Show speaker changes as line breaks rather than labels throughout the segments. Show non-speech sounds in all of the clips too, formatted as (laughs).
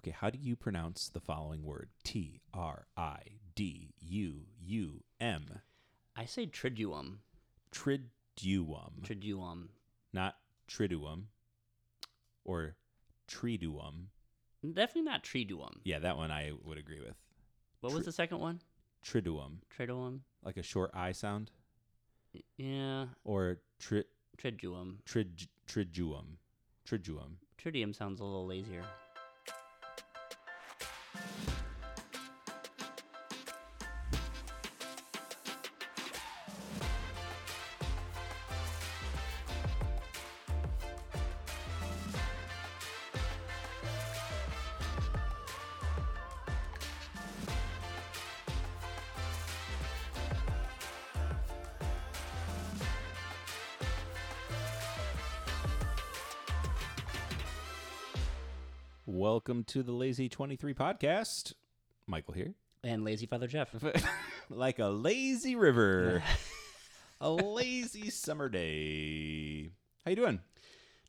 okay, how do you pronounce the following word? T R I D U U M.
I say triduum.
Triduum.
Triduum.
not triduum or triduum.
Definitely not triduum.
Yeah, that one I would agree with.
What was the second one?
Triduum,
Triduum.
like a short I sound,
Y- Yeah.
or tri,
Triduum.
trid, triduum. Triduum.
Tridium sounds a little lazier.
Welcome to the Lazy 23 podcast. Michael here. (laughs)
And lazy Father Jeff.
like a lazy river. a lazy summer day. How you doing?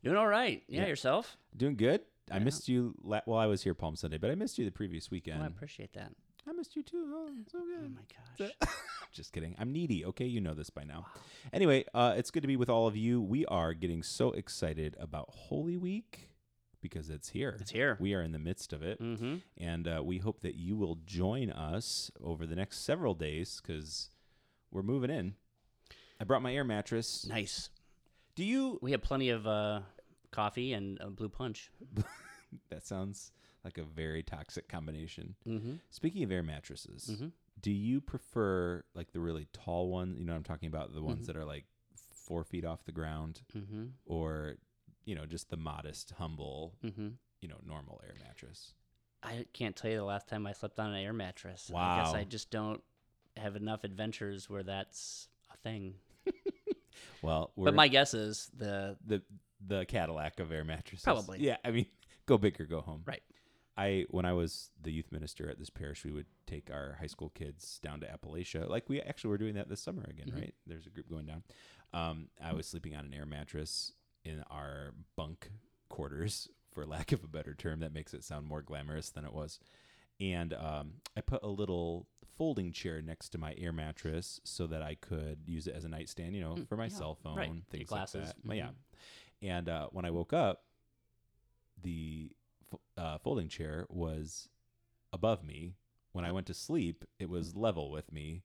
Doing all right. Yeah,
Yeah.
yourself?
Doing good? I
Yeah.
missed you la- well, I was here Palm Sunday, but I missed you the previous
Oh,
weekend.
I appreciate that.
I missed you too. Oh, so good.
Oh my gosh.
Just kidding. I'm needy. Okay, you know this by now. Anyway, uh, it's good to be with all of you. We are getting so excited about Holy Week because it's here.
It's here.
We are in the midst of it,
Mm-hmm.
and uh, we hope that you will join us over the next several days because we're moving in. I brought my air mattress.
Nice.
Do you?
We had plenty of uh, coffee and uh, blue punch.
That sounds like a very toxic combination.
Mm-hmm.
Speaking of air mattresses,
Mhm.
do you prefer like the really tall one? You know, what I'm talking about the ones
Mhm.
that are like four feet off the ground,
Mm-hmm.
or you know, just the modest, humble,
Mm-hmm.
you know, normal air mattress.
I can't tell you the last time I slept on an air mattress. I
Wow.
guess I just don't have enough adventures where that's a thing.
Well, we're
But my guess is the
the the Cadillac of air mattresses.
Probably.
yeah. I mean, (laughs) go big or go home.
Right.
I when I was the youth minister at this parish, we would take our high school kids down to Appalachia. Like we actually were doing that this summer again,
Mhm.
right? There's a group going down. Um, I was sleeping on an air mattress in our bunk quarters, (laughs) for lack of a better term. That makes it sound more glamorous than it was. And um, I put a little folding chair next to my air mattress so that I could use it as a nightstand, you know,
Mm,
for my
yeah,
cell phone,
right. Your
things
glasses, Mm-hmm.
like that. Well, Yeah. And uh, when I woke up, the f- uh, folding chair was above me. When I went to sleep, it was level with me.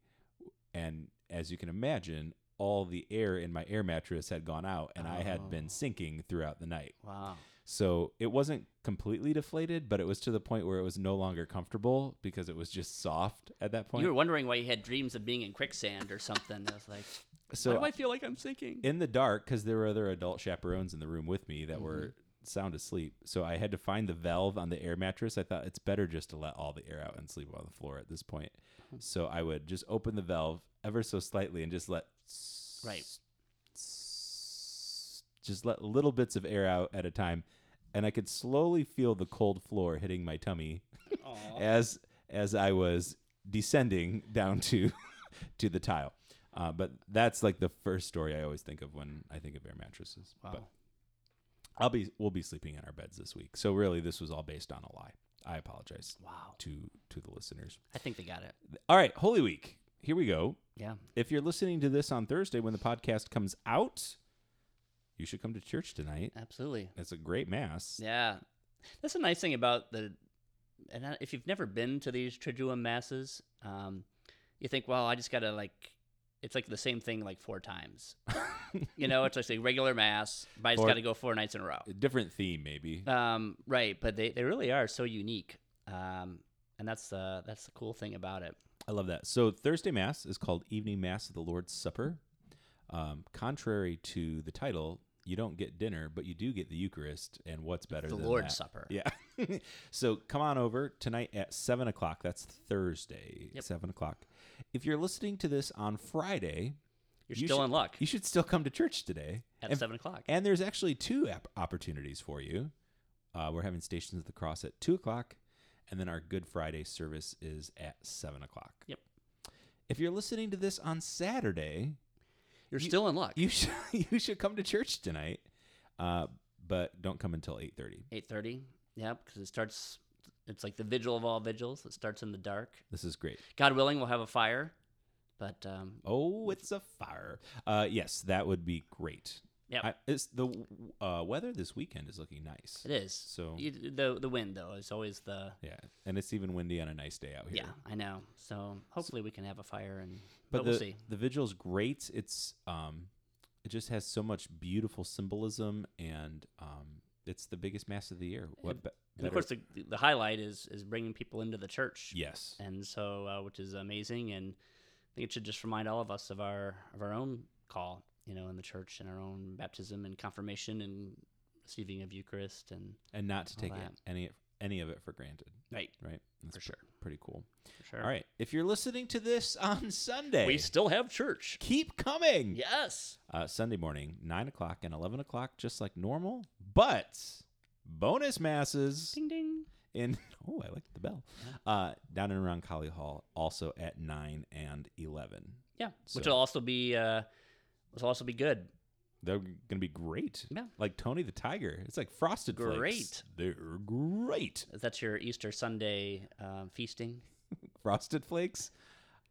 And as you can imagine, all the air in my air mattress had gone out and I had
Oh.
been sinking throughout the night.
wow.
So it wasn't completely deflated, but it was to the point where it was no longer comfortable because it was just soft at that point.
You were wondering why you had dreams of being in quicksand or something. I was (laughs) like,
so
why do I feel like I'm sinking?
in the dark because there were other adult chaperones in the room with me that were sound asleep. So I had to find the valve on the air mattress. I thought it's better just to let all the air out and sleep on the floor at this point. So I would just open the valve ever so slightly and just let
Right.
just let little bits of air out at a time and I could slowly feel the cold floor hitting my tummy
Aw.
as as I was descending down to (laughs) to the tile. Uh, but that's like the first story I always think of when I think of air mattresses. But
wow.
I'll be we'll be sleeping in our beds this week. So really, this was all based on a lie. I apologize
Wow.
to to the listeners.
I think they got it.
All right, Holy Week. Here we go.
Yeah.
If you're listening to this on Thursday when the podcast comes out, you should come to church tonight.
Absolutely.
It's a great mass.
Yeah. That's a nice thing about the. And I- if you've never been to these Triduum masses, um, you think, well, I just got to like. It's like the same thing like four (laughs) times. you know, it's like a regular mass, but I just
Four-
got to go four nights in a row.
A different theme, maybe.
Um, right. But they, they really are so unique. Um, and that's, uh, that's the cool thing about it.
I love that. So Thursday Mass is called Evening Mass of the Lord's Supper. Um, contrary to the title, you don't get dinner, but you do get the Eucharist. And what's better
the
than
Lord's
that?
Supper.
Yeah. (laughs) so come on over tonight at seven o'clock. That's Thursday,
Yep.
seven o'clock. If you're listening to this on Friday,
You're
You
still
should-
in luck
you should still come to church today.
at
and,
seven o'clock.
and there's actually two app- opportunities for you. Uh, we're having Stations of the Cross at two o'clock, and then our Good Friday service is at seven o'clock.
Yep.
If you're listening to this on Saturday,
You're
you-
still in luck.
you (laughs) should you should come to church tonight, uh, but don't come until eight thirty.
Eight thirty. Yep, because it starts It's like the vigil of all vigils that starts in the dark.
This is great.
God willing, we'll have a fire. But um,
Oh, it's a fire. Uh, yes, that would be great.
Yep.
I, it's the w- uh, weather this weekend is looking nice.
it is.
So Oh,
You, the the wind though is always the
yeah, and it's even windy on a nice day out here.
yeah I know. So hopefully we can have a fire and
but,
but,
the
we'll see.
the vigil's great. It's um, it just has so much beautiful symbolism, and um, it's the biggest mass of the year. What be-
And
better-
of course the the highlight is is bringing people into the church.
yes,
And so uh, which is amazing and I think it should just remind all of us of our of our own call you know in the church and our own baptism and confirmation and receiving of Eucharist and
and not to
all
take
that.
any any of it for granted.
right
Right, that's
for
pre-
sure
pretty cool.
for sure.
All right, if you're listening to this (laughs) on Sunday,
We still have church.
keep coming.
Yes.
uh, Sunday morning, 9 o'clock and 11 o'clock, just like normal, but bonus masses
Ding ding.
in, (laughs) oh, I like the bell, uh, down and around Collie Hall, also at 9 and 11.
Yeah, which
So-
will also be uh, which will also be good.
They're going to be great.
Yeah.
Like Tony the Tiger. It's like frosted flakes.
Great.
They're great.
That's your Easter Sunday um, feasting.
Frosted flakes.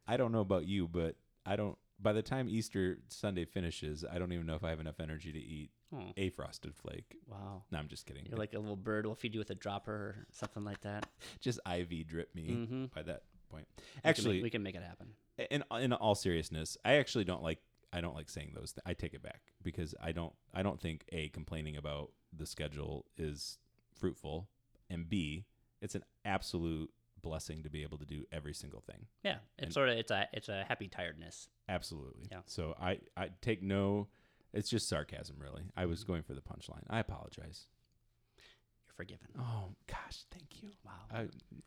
I don't know about you, but I don't, by the time Easter Sunday finishes, I don't even know if I have enough energy to eat
Oh,
a frosted flake.
wow.
No, I'm just kidding.
You're like a little bird. We'll feed you with a dropper or something like that.
(laughs) just IV drip me
Mm-hmm.
by that point.
we
Actually,
can make, we can make it happen.
in in all seriousness, I actually don't like I don't like saying those. Th- I take it back because I don't I don't think a complaining about the schedule is fruitful, and b it's an absolute blessing to be able to do every single thing.
Yeah,
and-
it's sort of it's a it's a happy tiredness.
Absolutely.
Yeah.
So I I take no. It's just sarcasm, really. I was
Mm-hmm.
going for the punchline. I apologize.
You're forgiven.
Oh gosh, thank you.
Wow.
I,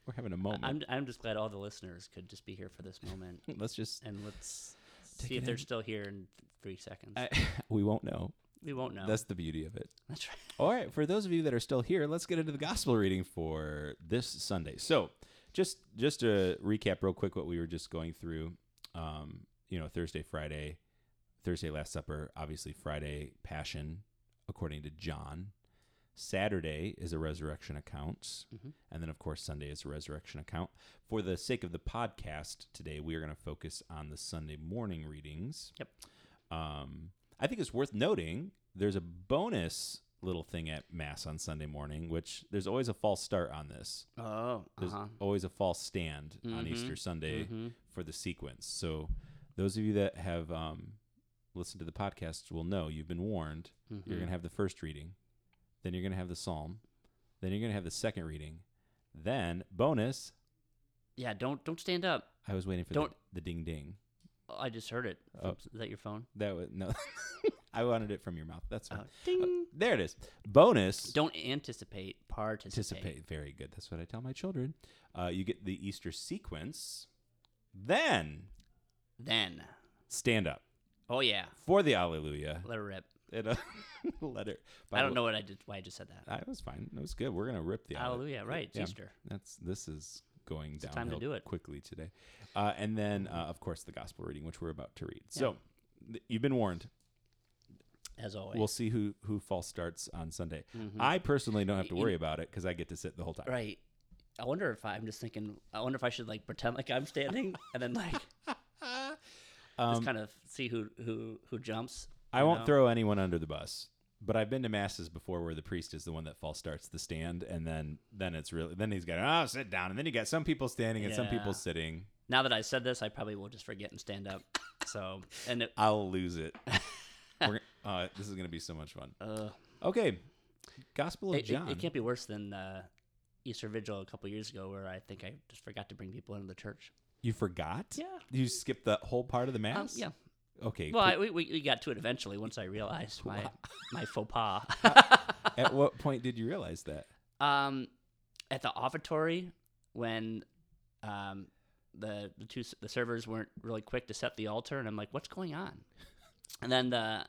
we're having a
I,
moment.
am I'm just glad all the listeners could just be here for this moment,
(laughs) Let's just.
and let's
Take
see
it
if they're
in.
still here in th- three seconds.
I, we won't know.
we won't know.
That's the beauty of it.
(laughs) That's right.
All right, for those of you that are still here, let's get into the gospel reading for this Sunday. So, just just to recap real quick what we were just going through, um, you know, Thursday, Friday, Thursday Last Supper, obviously Friday Passion according to John. Saturday is a resurrection account,
Mhm.
and then of course Sunday is a resurrection account. For the sake of the podcast today, we are going to focus on the Sunday morning readings.
Yep.
Um, I think it's worth noting there's a bonus little thing at Mass on Sunday morning, which there's always a false start on this.
Oh,
There's
uh-huh.
always a false stand on
Mhm.
Easter Sunday
Mhm.
for the sequence. So those of you that have um, listened to the podcast will know you've been warned. You're
Mhm.
going to have the first reading, then you're going to have the psalm, then you're going to have the second reading, then bonus.
Yeah, don't don't stand up.
I was waiting for the,
Don't-
the ding ding.
Oh, I just heard it.
Oh.
Oops, Is that your phone?
That was no. (laughs) I wanted it from your mouth. That's fine.
Oh, ding.
Uh, there it is. Bonus.
Don't anticipate, participate.
anticipate. Very good. That's what I tell my children. Uh, you get the Easter sequence, then
Then.
stand up
Oh, yeah.
for the Alleluia.
Let her rip.
And a (laughs) letter.
I don't know what I did, why I just said that.
I was fine. It was good. We're gonna rip the Alle-
Hallelujah. Right. It's
Yeah.
Easter.
That's this is going
the
down
time to do it.
quickly today, uh, and then uh, of course the gospel reading, which we're about to read. So th- you've been warned.
As always.
We'll see who who false starts on Sunday. I personally don't have to
Y- Mm-hmm. you-
worry about it because I get to sit the whole time.
right. I wonder if I, I'm just thinking, I wonder if I should like pretend like I'm standing and then like
Um,
just kind of see who who who jumps.
I
you
won't
know?
throw anyone under the bus, but I've been to masses before where the priest is the one that false starts the stand, and then then it's really then he's got oh sit down, and then you got some people standing and some
Yeah.
people sitting.
Now that I said this, I probably will just forget and stand up. So, and it,
I'll lose
(laughs)
it. We're, uh, this is gonna be so much fun.
uh,
Okay, Gospel of
it, it-
John.
it, can't be worse than uh, Easter Vigil a couple years ago where I think I just forgot to bring people into the church.
you forgot?
Yeah.
You skipped the whole part of the
Um,
mass.
yeah.
Okay.
Well, I,
cool.
we, we we got to it eventually once I realized my my faux pas.
At what point did you realize
(laughs)
that?
um, at the offertory, when um, the the two s- the servers weren't really quick to set the altar, and I'm like, "What's going on?" And then the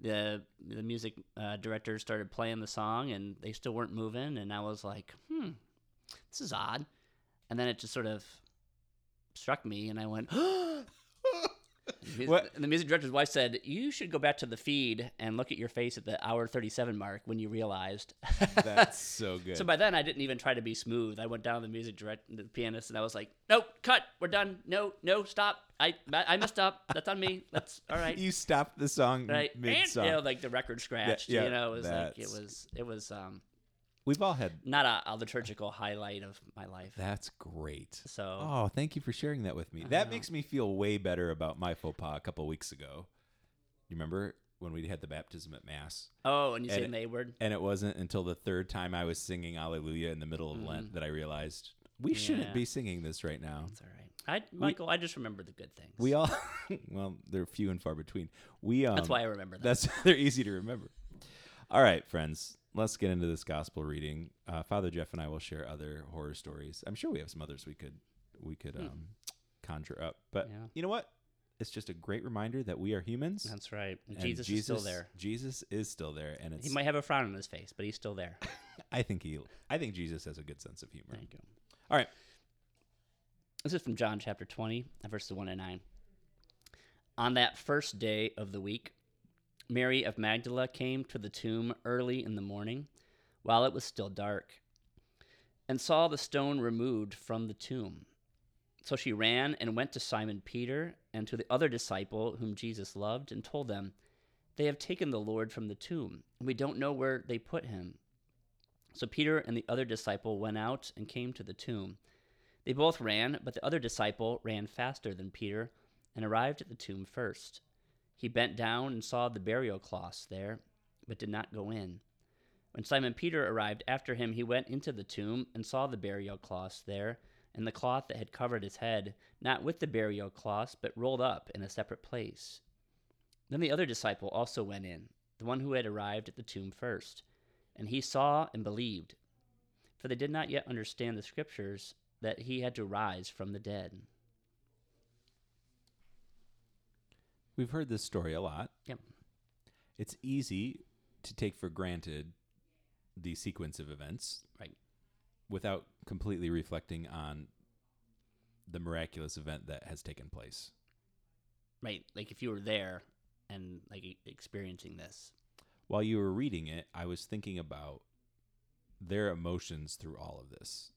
the the music uh, director started playing the song, and they still weren't moving, and I was like, "Hmm, this is (gasps) odd." And then it just sort of struck me, and I went, Mu-
What-
And the music director's wife said, "You should go back to the feed and look at your face at the hour thirty-seven mark when you realized." (laughs)
That's so good.
so by then, I didn't even try to be smooth. I went down to the music direct, the pianist, and I was like, "Nope, cut. We're done. No, no, stop. I I messed up. That's on me. That's all right."
(laughs) you stopped the song
Right,
mid
and, you know,
song.
like the record scratched.
yeah,
you know, it was like it
that's-
was it was um
We've all had.
not a, a liturgical highlight of my life.
That's great.
so
Oh, thank you for sharing that with me.
I
That
know.
makes me feel way better about my faux pas a couple weeks ago. You remember when we had the baptism at mass?
oh, and you say
and-
the A word.
And it wasn't until the third time I was singing Alleluia in the middle of Lent that I realized we shouldn't
Mm. Yeah.
be singing this right now.
It's all right. I Michael, I just remember the good things.
Oh. We all, (laughs) well, they're few and far between. We um, (laughs)
That's why I remember that.
That's they're easy to remember. All right, friends, let's get into this gospel reading. Uh, Father Jeff and I will share other horror stories. I'm sure we have some others we could we could
Hmm.
um, conjure up. But
Yeah.
you know what? It's just a great reminder that we are humans.
That's right.
and
Jesus, is still there.
Jesus is still there, and it's.
He might have a frown on his face, but he's still there.
I think he. I think Jesus has a good sense of humor.
Thank you.
All right.
This is from John chapter 20, verses 1 and 9. On that first day of the week, Mary of Magdala came to the tomb early in the morning, while it was still dark, and saw the stone removed from the tomb. So she ran and went to Simon Peter and to the other disciple whom Jesus loved, and told them, They have taken the Lord from the tomb, and we don't know where they put him. So Peter and the other disciple went out and came to the tomb. They both ran, but the other disciple ran faster than Peter and arrived at the tomb first. He bent down and saw the burial cloths there, but did not go in. When Simon Peter arrived after him, he went into the tomb and saw the burial cloths there, and the cloth that had covered his head, not with the burial cloths, but rolled up in a separate place. Then the other disciple also went in, the one who had arrived at the tomb first, and he saw and believed, for they did not yet understand the scriptures that he had to rise from the dead.
We've heard this story a lot.
Yep.
It's easy to take for granted the sequence of events
Right.
without completely reflecting on the miraculous event that has taken place.
Right. Like if you were there and like e- experiencing this.
While you were reading it, I was thinking about their emotions through all of this.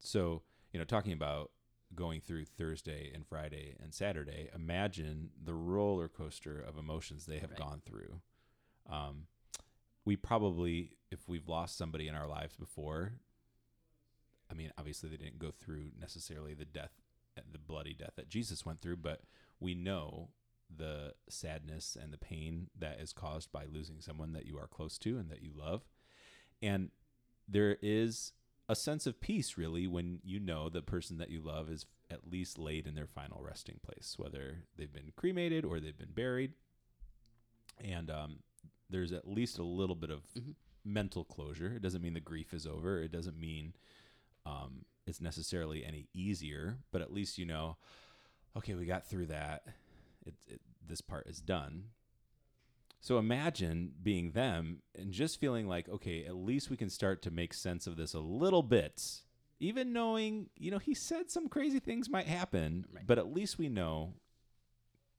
So, you know, talking about going through Thursday and Friday and Saturday, imagine the roller coaster of emotions they have
Right.
gone through. Um, we probably, if we've lost somebody in our lives before, I mean, obviously they didn't go through necessarily the death, the bloody death that Jesus went through, but we know the sadness and the pain that is caused by losing someone that you are close to and that you love. And there is a sense of peace really when you know the person that you love is at least laid in their final resting place, whether they've been cremated or they've been buried. And um, there's at least a little bit of
Mhm.
mental closure. It doesn't mean the grief is over. It doesn't mean um, it's necessarily any easier, but at least you know, okay, we got through that. It, it, this part is done. So imagine being them and just feeling like, okay, at least we can start to make sense of this a little bit. Even knowing, you know, he said some crazy things might happen,
Right.
but at least we know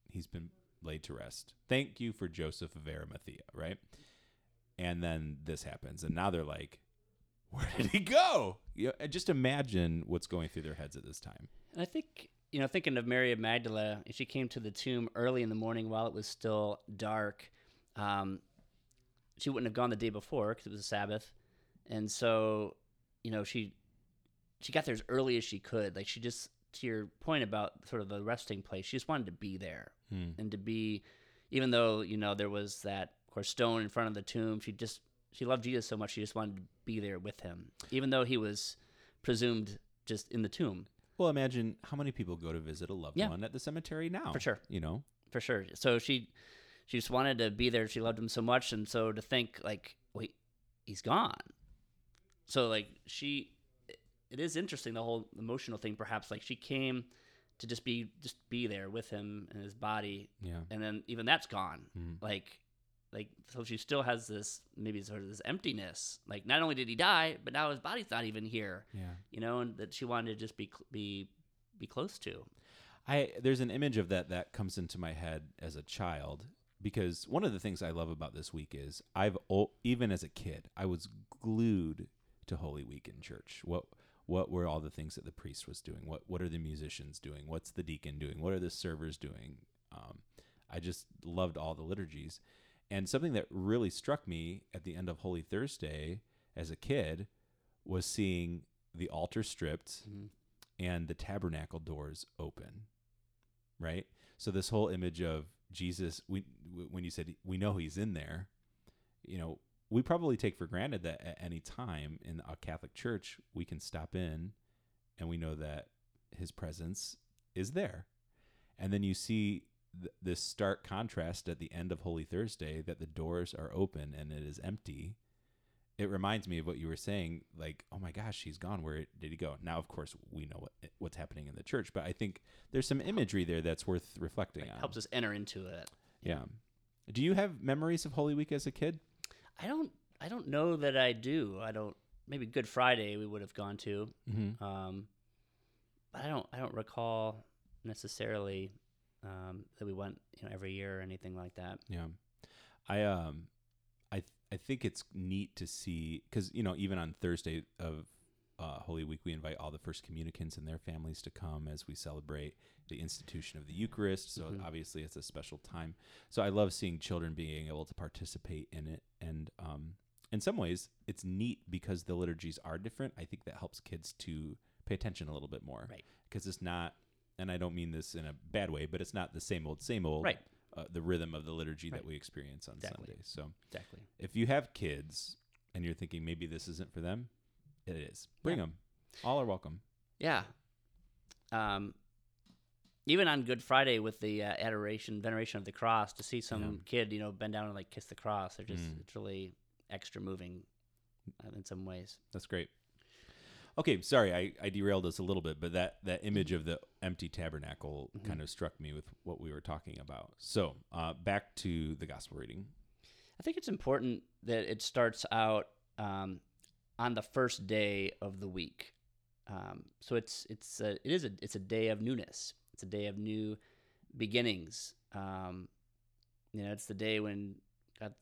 he's been laid to rest. Thank you for Joseph of Arimathea, right? And then this happens, and now they're like, where did he go? You know, just imagine what's going through their heads at this time.
And I think, you know, thinking of Mary of Magdala, if she came to the tomb early in the morning while it was still dark, um, she wouldn't have gone the day before because it was a Sabbath. And so, you know, she she got there as early as she could. Like she just, to your point about sort of the resting place, she just wanted to be there and to be even though you know there was that of course stone in front of the tomb she just she loved jesus so much she just wanted to be there with him even though he was presumed just in the tomb
Well, imagine how many people go to visit a loved
Yeah.
one at the cemetery now.
For sure.
You know,
for sure so she she just wanted to be there she loved him so much and so to think like wait he's gone so like she it is interesting the whole emotional thing perhaps like she came to just be just be there with him and his body
yeah.
and then even that's gone.
Mhm.
Like, like so she still has this maybe sort of this emptiness. Like, not only did he die, but now his body's not even here.
Yeah.
You know, and that she wanted to just be cl- be be close to.
I there's an image of that that comes into my head as a child because one of the things I love about this week is I've al- even as a kid I was glued to Holy Week in church. What what were all the things that the priest was doing? What what are the musicians doing? What's the deacon doing? What are the servers doing? Um, I just loved all the liturgies, and something that really struck me at the end of Holy Thursday as a kid was seeing the altar stripped
Mhm.
and the tabernacle doors open right so this whole image of jesus we w- when you said we know he's in there you know we probably take for granted that at any time in a catholic church we can stop in and we know that his presence is there and then you see th- this stark contrast at the end of holy thursday that the doors are open and it is empty it reminds me of what you were saying like oh my gosh he's gone where did he go now of course we know what, what's happening in the church but i think there's some imagery there that's worth reflecting
Right,
on
helps us enter into it.
yeah do you have memories of holy week as a kid
I don't. I don't know that I do. I don't. Maybe Good Friday we would have gone to.
mm-hmm.
Um, but I don't. I don't recall necessarily um, that we went, you know, every year or anything like that.
Yeah, I um, I th- I think it's neat to see because you know even on Thursday of uh, Holy Week we invite all the first communicants and their families to come as we celebrate the institution of the Eucharist. So
Mhm.
obviously it's a special time. So I love seeing children being able to participate in it, and um, in some ways it's neat because the liturgies are different. I think that helps kids to pay attention a little bit more,
Right.
Because it's not. And I don't mean this in a bad way, but it's not the same old, same old
Right.
uh, the rhythm of the liturgy
Right.
that we experience on
Exactly.
Sundays. So
Exactly.
if you have kids and you're thinking maybe this isn't for them, it is. Bring them. All are welcome.
Yeah. Um, even on Good Friday with the uh, adoration, veneration of the cross, to see some kid, you know, bend down and like kiss the cross, they're just
Mm.
it's really extra moving uh, in some ways.
That's great. Okay, sorry, I, I derailed us a little bit, but that, that image of the empty tabernacle kind of struck me with what we were talking about. So uh, back to the gospel reading.
I think it's important that it starts out um, on the first day of the week. Um, so it's it's a, it is a it's a day of newness. It's a day of new beginnings. Um, you know, it's the day when God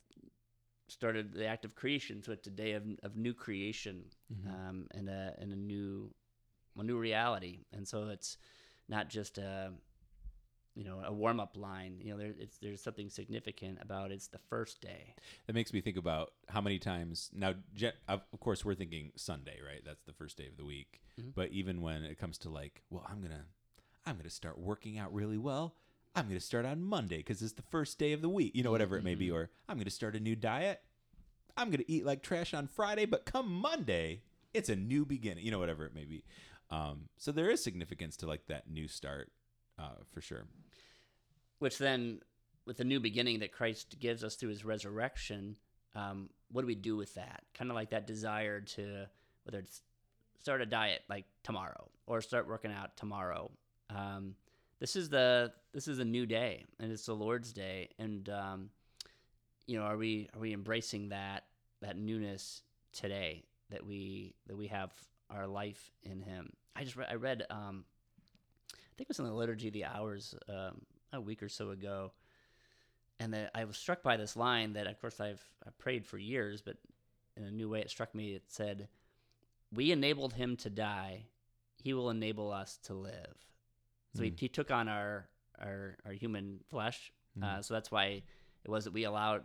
started the act of creation. So it's a day of of new creation
Mm-hmm.
um, and a and a new a new reality. And so it's not just a you know a warm up line. You know, there, it's, there's something significant about it's the first day.
That makes me think about how many times now. gen- Of of course, we're thinking Sunday, right? That's the first day of the week.
Mhm.
But even when it comes to like, well, I'm gonna, I'm gonna start working out really well. I'm gonna start on Monday because it's the first day of the week. You know, whatever it may be, or I'm gonna start a new diet. I'm gonna eat like trash on Friday, but come Monday, it's a new beginning. You know, whatever it may be. Um, so there is significance to like that new start, uh, for sure.
Which then, with the new beginning that Christ gives us through His resurrection, um, what do we do with that? Kind of like that desire to whether it's start a diet like tomorrow or start working out tomorrow. Um, this is the this is a new day and it's the Lord's day and um, you know are we are we embracing that that newness today that we that we have our life in Him. I just re- I read um, I think it was in the liturgy of the hours um, a week or so ago, and that I was struck by this line that of course I've I prayed for years, but in a new way it struck me. It said, "We enabled him to die; he will enable us to live." So he,
Mm.
he took on our our, our human flesh.
Mm-hmm.
Uh, so that's why it was that we allowed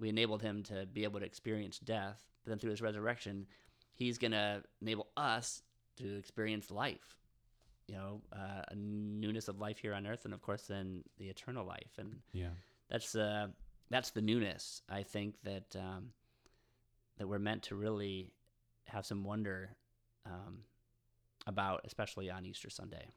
we enabled him to be able to experience death. But then through his resurrection, he's gonna enable us to experience life you know, uh, a newness of life here on earth, and of course, then the eternal life, and
yeah.
that's uh, that's the newness. I think that um, that we're meant to really have some wonder um, about, especially on Easter Sunday.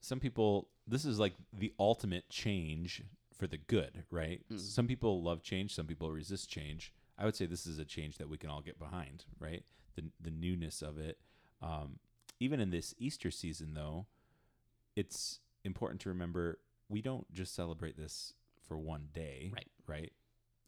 some people this is like the ultimate change for the good right
Mm.
some people love change some people resist change i would say this is a change that we can all get behind right the, the newness of it um, even in this easter season though it's important to remember we don't just celebrate this for one day
Right.
right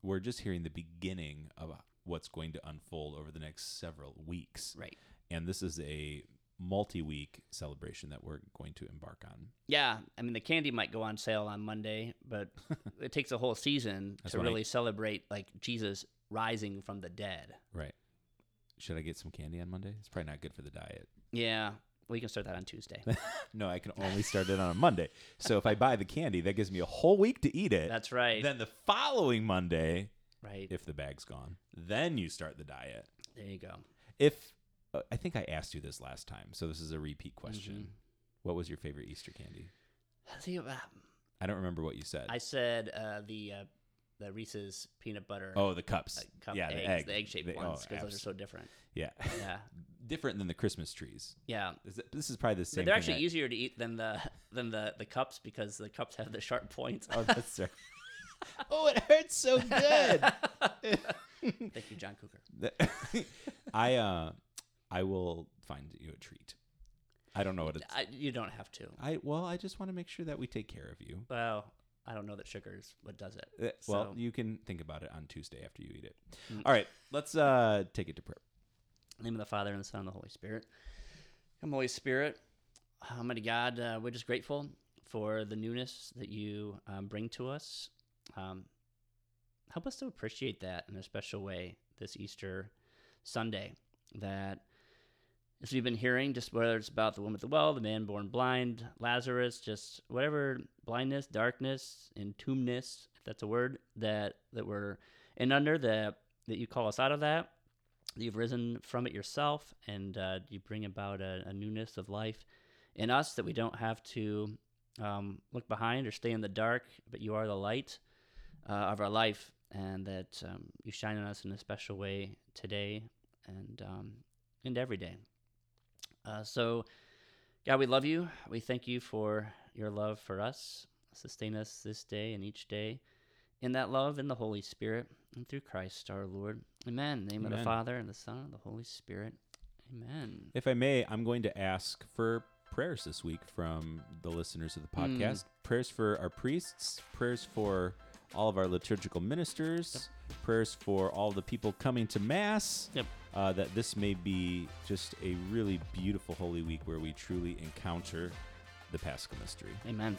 we're just hearing the beginning of what's going to unfold over the next several weeks
Right.
and this is a multi-week celebration that we're going to embark on.
Yeah, I mean the candy might go on sale on Monday,
(laughs)
but it takes a whole season
That's
to
what I-
really celebrate like Jesus rising from the dead.
Right. Should I get some candy on Monday? It's probably not good for the diet.
Yeah, we can start that
(laughs)
on Tuesday.
No, I can only start it on a Monday. So if I buy the candy, that gives me a whole week to eat it.
That's right.
Then the following Monday,
right.
if the bag's gone, then you start the diet.
there you go.
If uh, I think I asked you this last time, so this is a repeat question.
Mm-hmm.
What was your favorite Easter candy?
See, uh,
I don't remember what you said.
I said uh, the uh, the Reese's peanut butter.
oh, the cups.
like, Uh, cup
yeah,
eggs,
the egg,
shaped
They- oh,
ones because those are
abs-
so different.
yeah, (laughs)
Yeah,
different than the Christmas trees.
yeah.
Is it- This is probably the same.
But they're
thing
actually
that-
easier to eat than the (laughs) than the the cups because the cups have the sharp points.
(laughs)
(laughs)
Oh, that's right. oh, it hurts (laughs) so good.
Thank you, John Cooker.
The- I uh, I will find you a treat. I don't know what it's.
I, you don't have to.
I well, I just want to make sure that we take care of you.
Well, I don't know that sugar is what does it.
Uh, Well,
So-
you can think about it on Tuesday after you eat it. All right, let's uh take it to prayer.
In the name of the Father and the Son and the Holy Spirit. Come, Holy Spirit, Almighty God, uh, we're just grateful for the newness that you um, bring to us. Um, help us to appreciate that in a special way this Easter Sunday. That as we've been hearing, just whether it's about the woman at the well, the man born blind, Lazarus, just whatever blindness, darkness, entombedness, if that's a word, that that we're in under, that that you call us out of that you've risen from it yourself and uh, you bring about a, a newness of life in us that we don't have to um, look behind or stay in the dark, but you are the light uh, of our life and that um, you shine on us in a special way today and, um, and every day. Uh, so, God, we love you. We thank you for your love for us. Sustain us this day and each day in that love in the Holy Spirit and through Christ our Lord. Amen. In the name of
Amen.
the Father and the Son and the Holy Spirit. Amen.
If I may, I'm going to ask for prayers this week from the listeners of the podcast. Prayers for our priests, prayers for all of our liturgical ministers, prayers for all the people coming to Mass.
Yep.
Uh, that this may be just a really beautiful Holy Week where we truly encounter the Paschal Mystery.
Amen.